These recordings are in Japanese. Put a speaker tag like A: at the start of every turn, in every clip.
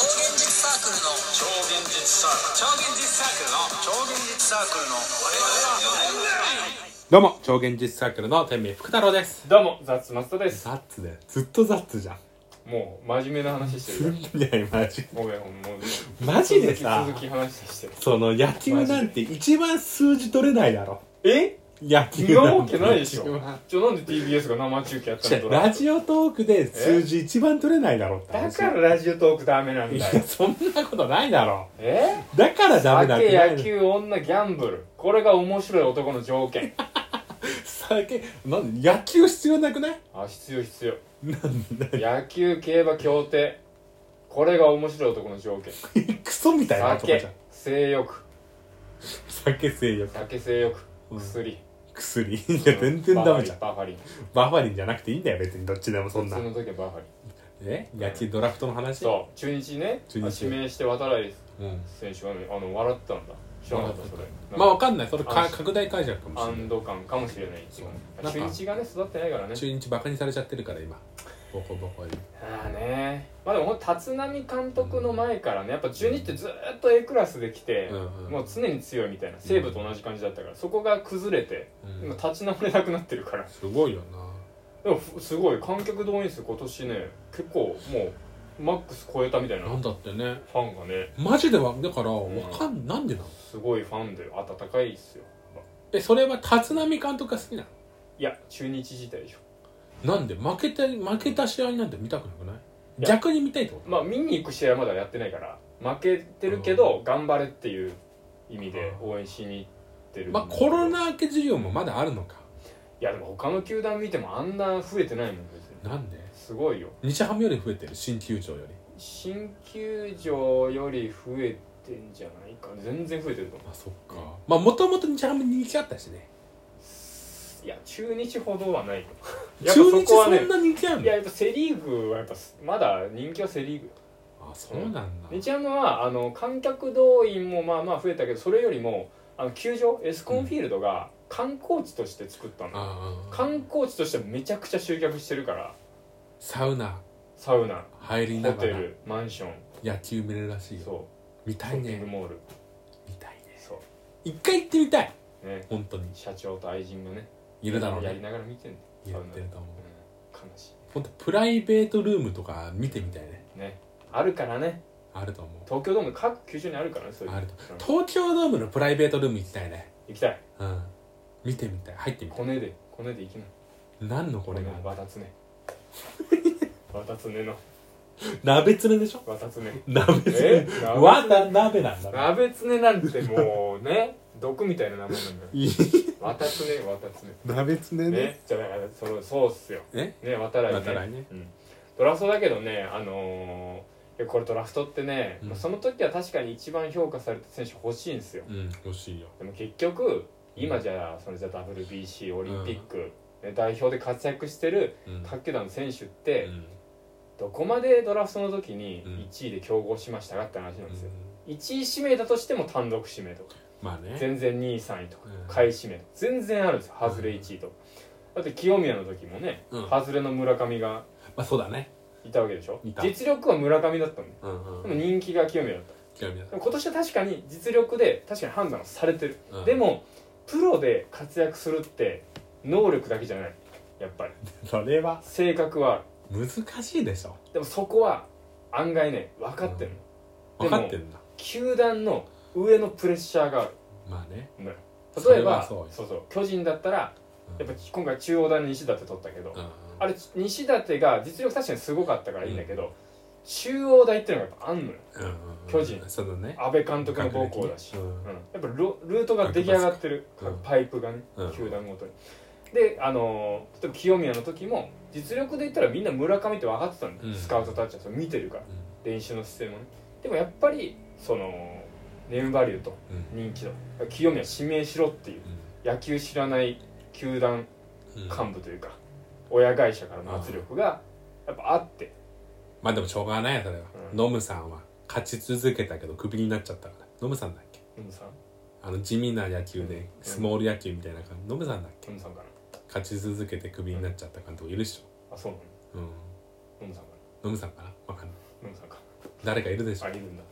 A: サークルの超現実サークル超現実サークルの超現実サークルの我々は
B: どうも超現実サークルの天命福太郎です
C: どうも、ザッツマストです。
B: ザッツだよずっとザッツじゃ ん
C: もう、真面目な話してるか
B: いやいやマジ
C: ら。ごめん、もう。
B: マジでさ
C: 続き続き話して
B: その野球なんて一番数字取れないだろ
C: え
B: 野
C: そん
B: 球
C: な
B: な
C: わ
B: んて
C: けないでしょ。ちょ、なんで TBS が生中継やったの
B: 違うラジオトークで数字一番取れないだろって
C: だ
B: 話
C: からラジオトークダメなん
B: い
C: だ
B: や
C: よ。
B: そんなことないだろ
C: え
B: だからダメだって
C: 酒、
B: ない
C: 野球、女、ギャンブル。これが面白い男の条件。
B: 酒なんで野球必要なくない
C: あ、必要必要。
B: なんだ
C: 野球、競馬、競艇。これが面白い男の条件。
B: クソみたいな男じゃん
C: 酒、性欲。
B: 酒性欲
C: 酒、性欲。
B: うん
C: 薬。
B: 薬いや全然ダメじゃん
C: バファリン。
B: バファリンじゃなくていいんだよ別にどっちでもそ
C: 普
B: んな
C: 通の時はバファリン。
B: え野球ドラフトの話
C: そう中日ね
B: 中日
C: 指名して渡来
B: うん
C: 選手はねあの笑ったんだ知らなかったそれ
B: まあわ
C: あ
B: かんないそれか拡大解釈かもしれない
C: 安堵感かもしれないっていう
B: そう
C: 中日がね育ってないからね
B: 中日バカにされちゃってるから今ボコボコに
C: ああねまあでもほんと立浪監督の前からねやっぱ中日ってずーっと A クラスで来て、
B: うんうん
C: もう常に強いみたいな西武と同じ感じだったからそこが崩れて
B: うん
C: 今立ち直れなくなってるから
B: すごいよな
C: でもふすごい観客動員数今年ね結構もうマックス超えたみたいな
B: なん
C: フ
B: だってね
C: ァンがね
B: マジでわだから
C: ん
B: わかんなんでなの
C: すごいファンで温かいっすよ
B: えそれは立浪監督が好きない
C: や中日自体でしょ
B: のなんで負けて負けた試合なんて見たくなくない
C: いや
B: 逆に見たいってこと
C: まあ見に行く試合はまだやってないから負けてるけど頑張れっていう意味で応援しに行ってるんで
B: まあコロナ明け需要もまだあるのか
C: いやでも他の球団見てもあんな増えてないもん別に
B: なんです
C: ごいよ
B: 日ハムより増えてる新球場より
C: 新球場より増えてんじゃないか全然増えてると思
B: あそっかまあもともと日ハム人気あったしね
C: ういや中日ほどはないよ やっぱ
B: 中
C: そ
B: 日
C: こは
B: そ
C: ね
B: んな人気ある
C: い
B: の
C: ややっぱセ・リーグはやっぱまだ人気はセ・リーグ
B: あそうなんだ
C: 日ハムはあの観客動員もまあまあ増えたけどそれよりもあの球場エスコンフィールドが観光地として作ったの、
B: ああ
C: 観光地としてめちゃくちゃ集客してるから
B: サウナ
C: サウナ
B: 入りな
C: ホ
B: が
C: テ
B: ら
C: ルマンション
B: 野球見れるらしいよ
C: そ
B: 見
C: う
B: た
C: ショ
B: い
C: ッピング
B: ね
C: モール
B: 見たいね
C: そ
B: 一回行ってみたいう
C: ね
B: 本当に
C: 社長と愛人がね
B: いるだろう
C: やり
B: ね
C: ながら見てんの
B: 言ってると思う
C: うん、悲し
B: 本当プライベートルームとか見てみたいね
C: いねあるからね
B: あると思う
C: 東京ドーム各球場にあるからねそういうの
B: ある
C: うん
B: 東京ドームのプライベートルーム行きたいね
C: 行きたい
B: うん見てみたい入ってみたい
C: コネでコネで行きな
B: 何のこ
C: こ
B: れ
C: れ
B: が
C: がわ たつねわたつねの
B: 鍋つれでしょ
C: わたつね
B: 鍋つれ
C: え
B: わな鍋なんだな
C: 鍋つねなんても うね毒みたいな名前なんだよ
B: いい
C: わたつねわたつね
B: 鍋つれ
C: ねじゃあだからそのそうっすよ
B: え
C: ね渡来ね
B: 渡来ね
C: うん、ドラフトだけどねあのーいやこれドラフトってね、
B: うん
C: まあその時は確かに一番評価された選手欲しいんですよ
B: うん欲しいよ
C: でも結局今じゃあそれじゃあ WBC オリンピック、ね代表で活躍してる
B: うん
C: 各球団の選手っ
B: う
C: て、
B: ん
C: どこまでドラフトの時に
B: うん
C: 1位で競合しましたかって話なん
B: う
C: ですよ、
B: ん
C: 1位指名だとしても単独指名とか
B: まあね
C: 全然2位3位とか
B: うん
C: 買い占め全然あるんですよ外れ1位とかだって清宮の時もね
B: うん
C: 外れの村上が
B: まあそうだね
C: いたわけでしょ
B: いた
C: 実力は村上だったのね
B: うんう
C: でも
B: ん
C: 人気が清宮だった
B: 興味ない
C: でも今年は確かに実力で確かに判断されてる
B: うん
C: でもプロで活躍するって能力だけじゃないやっぱり
B: それは
C: 性格はあ
B: 難しいでしょ
C: るでもそこは案外ね分かってるの
B: 分かってんだ
C: 球団の上のプレッシャーがある
B: まあね
C: のよ
B: そ
C: 例
B: れ
C: え
B: は
C: ば
B: そうよ
C: そうそう巨人だったらやっぱ今回中央大の西舘取ったけど、
B: うんうん
C: あれ西舘が実力確かにすごかったからいいんだけど、中央大っていうのがやっぱあんのよ
B: うんうんうん
C: 巨人
B: そのね
C: 安倍監督の母校だし、
B: う
C: うんんやっぱロルートが出来上がってる
B: うん
C: パイプがね、
B: うん
C: 球団ごとにであのー例えば清宮の時も実力で言ったらみんな村上って分かってたんだよ、
B: うん
C: スカウトたちはそれ見てるから
B: う
C: 練習の姿勢もねでもやっぱりそのネームバリューと
B: ん
C: 人気と清宮指名しろっていう野球知らない球団
B: うんうん
C: 幹部というか親会社からの圧力がやっぱあって
B: まあでもしょうがないよそれは
C: うん
B: ノムさんは勝ち続けたけどクビになっちゃったからノムさんだっけ
C: ノムさん
B: あの地味な野球でスモール野球みたいな感じノムさんだっけ
C: ノムさんかな
B: 勝ち続けてクビになっちゃった監督いるでし
C: あそうなの
B: ょうん
C: ノムさんかな
B: ノムさんかなわかんない
C: ノムさんか
B: 誰かいるでしょ
C: あいるんだ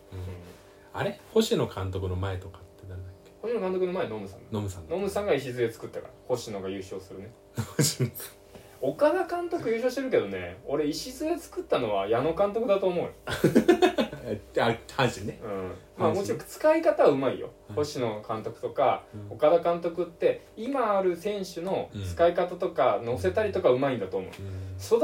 B: あれ星野監督の前とかって誰だっけ
C: 星野監督の前はノムさんだ
B: ノムさんだ
C: ノムさんが礎作ったから星野が優勝するね
B: 星野さ
C: 岡田監督優勝してるけどね俺礎作ったのは矢野監督だと思うよ、
B: んえ あ阪神ね
C: うん、まあもちろん使い方はうまいよ、星野監督とか
B: うん
C: 岡田監督って今ある選手の使い方とか乗せたりとかうまいんだと思う
B: う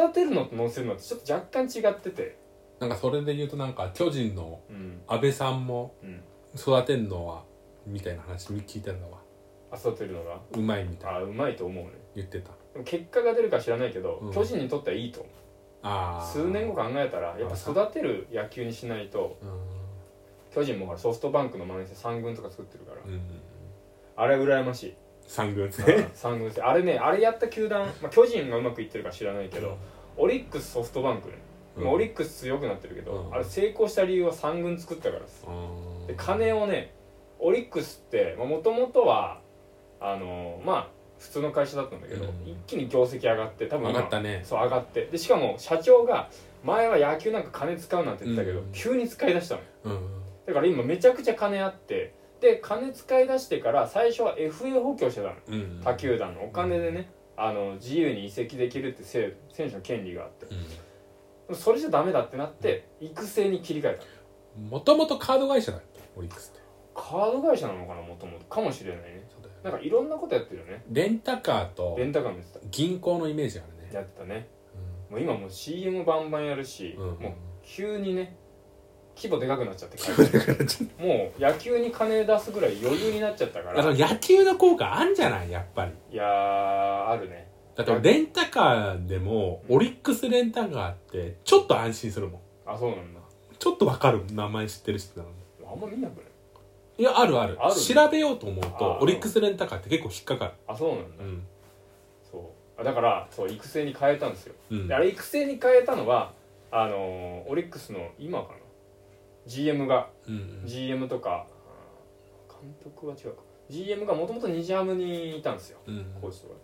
B: ん
C: 育てるのと乗せるのってちょっと若干違ってて
B: なんかそれで言うとなんか巨人の
C: うん
B: 安倍さんも
C: うん
B: 育てんのはみたいな話聞いたのは
C: あ育てるのが
B: うまいみたいな
C: あうまいと思うね
B: 言ってた
C: でも結果が出るか知らないけど、
B: うん
C: 巨人にとってはいいと思う
B: ああ
C: 数年後考えたらやっぱ育てる野球にしないと
B: う
C: 巨人もほらソフトバンクの真似して3軍とか作ってるから、
B: ん、うん、
C: あれ羨ましい
B: 三 軍ですね
C: 3軍制あれねあれやった球団、まあ、巨人がうまくいってるか知らないけど、オリックスソフトバンクね、
B: うん
C: まあオリックス強くなってるけど、
B: うん
C: あれ成功した理由は3軍作ったからです
B: うん
C: で金をねオリックスってもともとはあのまあ普通の会社だったんだけど、
B: うん
C: 一気に業績上がって多分
B: 上
C: 今
B: がったね
C: そう上がってでしかも社長が前は野球なんか金使うなんて言ってたけど、
B: うん
C: 急に使い出したの
B: うん
C: だから今めちゃくちゃ金あってで金使い出してから最初は FA 補強してたの
B: うん
C: 他球団のお金でね、あの自由に移籍できるってせ選手の権利があってそれじゃダメだってなって育成に切り替えた
B: もともとカード会社だっけオリックスって
C: カード会社なのかなもともとかもしれないね
B: そうだよね
C: なんかいろんなことやってるよね
B: レンタカーと
C: レンタカーもやって
B: 銀行のイメージがある
C: た
B: ね
C: やってたねもう今もう CM バンバンやるし、
B: うん
C: もう急にね規模でかくなっちゃってもう野球に金出すぐらい余裕になっちゃったか
B: だから
C: ら
B: 野球の効果あんじゃないやっぱり
C: いやーあるね
B: だってレンタカーでもオリックスレンタカーってちょっと安心するもん
C: あそうなんだ
B: ちょっとわかる名前知ってる人なの
C: あんま見なくない
B: いやあるある
C: ある
B: 調べようと思うと
C: あー
B: オリックスレンタカーって結構引っかか
C: あそうなんだ、
B: るうん
C: そうあだからそう育成に変えたんですよ
B: うん
C: であれ育成に変えたのはあのーオリックスの今かな GM が
B: うん
C: GM とかあー監督は違うか GM がもともと日ハムにいたんですよ
B: うんうん
C: コーチとか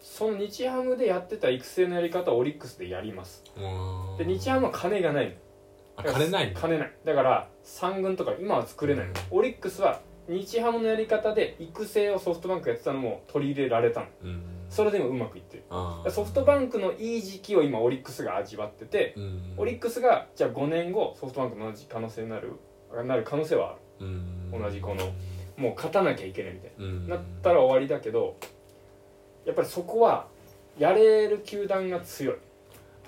C: その日ハムでやってた育成のやり方をオリックスでやります
B: うん
C: で日ハムは金がないの
B: あ枯れないの
C: 金ないだから3軍とか今は作れないの、オリックスは日ハムのやり方で育成をソフトバンクやってたのも取り入れられたの
B: うん
C: それでもうまくいってる
B: あー
C: ソフトバンクのいい時期を今オリックスが味わってて、
B: うん
C: オリックスがじゃあ5年後ソフトバンクと同じ可能性になるなる可能性はあ
B: うん
C: 同じこのるもう勝たなきゃいけないみたい
B: うん
C: ななったら終わりだけどやっぱりそこはやれる球団が強い、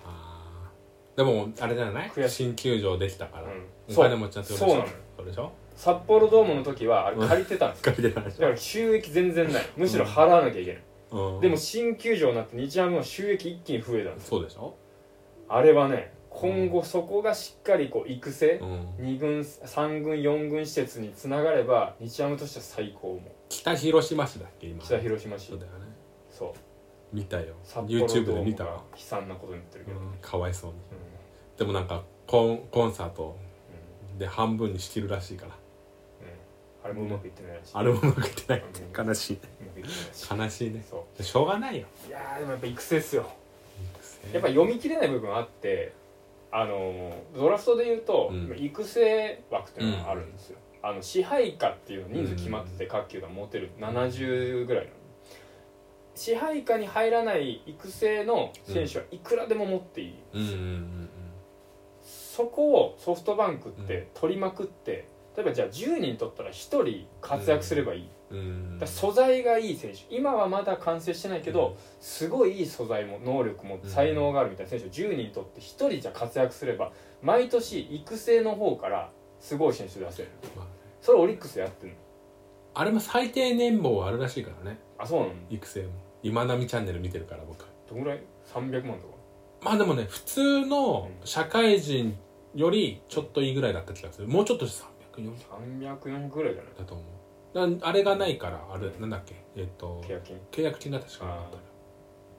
B: あーでもあれじゃない
C: 悔しい
B: 新球場できたか
C: う
B: ら
C: ん、
B: お
C: そ
B: 金
C: う
B: 持ちなって
C: そうなのよ
B: そうでしょ
C: 札幌ドームの時はあれ借りてたんですよ
B: 借りてないでし
C: だから収益全然ないむしろ払わなきゃいけない、
B: ょうん
C: でも新球場になって日ハムの収益一気に増えたんです
B: そうでしょ
C: あれはね今後そこがしっかりこう育成、
B: うん
C: 2軍3軍4軍施設につながれば日ハムとしては最高も
B: 北広島市だっけ今
C: 北広島市
B: そうだよね
C: そう
B: 見たよ
C: 札幌ド
B: YouTube で
C: ーム
B: 見た
C: が
B: わ
C: 悲惨なことになってるけど、
B: うんかわいそうに
C: うん
B: でもなんかコンコンサートで半分に仕切るらしいから
C: あれもうまくいってないらしい
B: あれも負けてないって 悲しいう
C: まくいってないらし
B: 悲しいね
C: いそ
B: しょうがないよ
C: ういやーでもやっぱ育成っすよやっぱ読み切れない部分あってあのードラフトで言うと、
B: うん
C: 育成枠っていうのがあるんですよ、あの支配下っていうの人数決まってて各球団持てる70ぐらいなの支配下に入らない育成の選手はいくらでも持っていい、
B: うんうんうん
C: そこをソフトバンクって取りまくって、例えばじゃあ10人取ったら1人活躍すればいい、
B: うんうん
C: だから素材がいい選手今はまだ完成してないけど、すごいいい素材も能力も
B: うん
C: 才能があるみたいな選手を10人取って1人じゃ活躍すれば毎年育成の方からすごい選手出せる
B: まあ
C: それオリックスやってるの
B: あれも最低年俸はあるらしいからね
C: あそうなの
B: 育成も今波チャンネル見てるから僕
C: どんぐらい300万とか
B: まあでもね普通の社会人よりちょっといいぐらいだった気がするもうちょっと340
C: 304ぐらいじゃない
B: だと思うだあれがないからあれなんだっけえっと
C: 契約金
B: 契約金が確かなかった
C: あ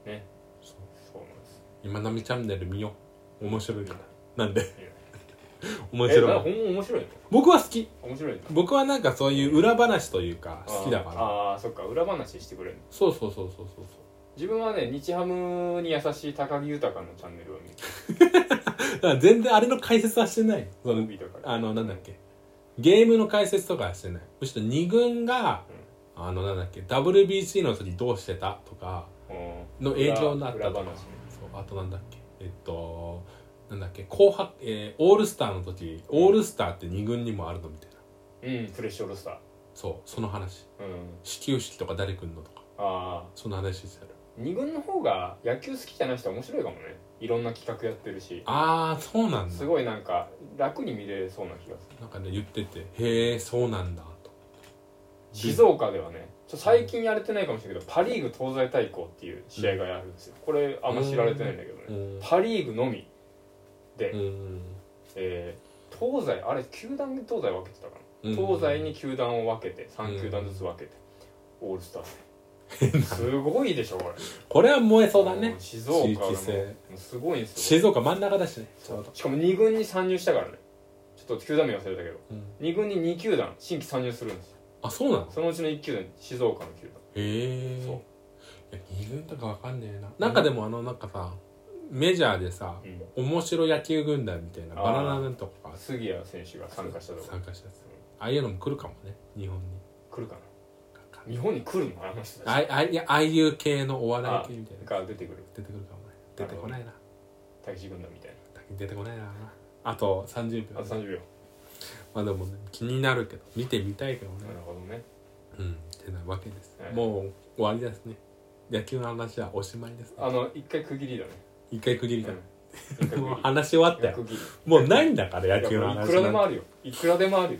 C: ーね
B: そう
C: そうなんです
B: 今波チャンネル見よう面白いからなんで 面
C: えな
B: 白
C: んかほ
B: い
C: んま面白いの
B: 僕は好き
C: 面白いの
B: 僕はなんかそういう裏話というか好きだから
C: あーあーそっか裏話してくれる
B: そうそうそうそうそうそ
C: 自分はね日ハムに優しい高木豊のチャンネルを見て
B: うだから全然あれの解説はしてないその
C: 見たから
B: あのなんだっけゲームの解説とかはしてないむしろ2軍が、あのなんだっけ WBC の時どうしてたとかの影響になった
C: 裏
B: と
C: 話
B: か
C: ね
B: そうあとなんだっけえっとなんだっけ紅白、えーオールスターの時オールスターって2軍にもあるのみたいな
C: うんフレッシュオールスター
B: そうその話
C: うん
B: 始球式とか誰来んのとか
C: ああ
B: その話してる
C: 二軍の方が野球好きじゃない人は面白いかもねいろんな企画やってるし
B: ああそうなんだ
C: すごいなんか楽に見れそうな気がする
B: なんかね言っててへえそうなんだと
C: 静岡ではねちょ最近やれてないかもしれないけどパ・リーグ東西対抗っていう試合があるんですよこれあんま知られてないんだけど
B: う
C: ね
B: ん
C: パ・リーグのみで、
B: うん
C: えー東西あれ球団で東西分けてたか
B: う
C: な、
B: ん
C: 東西に球団を分けて3球団ずつ分けて、オールスター戦すごいでしょこれ
B: これは燃え そうだね
C: ん静岡
B: 地
C: がも
B: 域性
C: うすごいんですよ
B: 静岡真ん中だしねちょうど
C: しかも2軍に参入したからねちょっと球団名忘れたけど
B: うん
C: 2軍に2球団新規参入するんですよ
B: あそうなの
C: そのうちの1球団静岡の球団
B: へえ
C: そう
B: いや二軍とかわかんねえななんかでもあのなんかさメジャーでさ
C: うん
B: 面白野球軍団みたいな
C: あー
B: バナナなんとかが
C: 杉谷選手が参加したとこ
B: 参加したやつああいうのも来るかもね日本に
C: 来るかな日本に来るのあの人た
B: あ
C: ち
B: いあいいやああいう系のお笑い系みたいな
C: が出てくる
B: 出てくるかもね出てこないな
C: 大志軍団みたい
B: 出てこないなあと30
C: な
B: 秒
C: あと30秒
B: まあでもね気になるけど見てみたいけどね
C: なるほどね
B: うんってなわけです、
C: はい
B: もう終わりですね野球の話はおしまいです、
C: あの一回区切りだね
B: 一回区切りだ、
C: 一回区切
B: もう話終わった
C: り
B: よ
C: 区切り
B: もうないんだから野
C: い
B: 球
C: や
B: の
C: もうい
B: 話
C: くらでもあるよいくらでもあるよ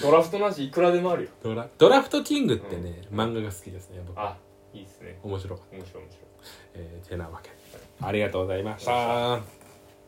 C: ドラフトなしいくらでもあるよ
B: ドラドラフトキングってね、漫画が好きですね僕
C: あいいですね
B: 面白かった、
C: 面白い面白い
B: えー、てなわけでありがとうございました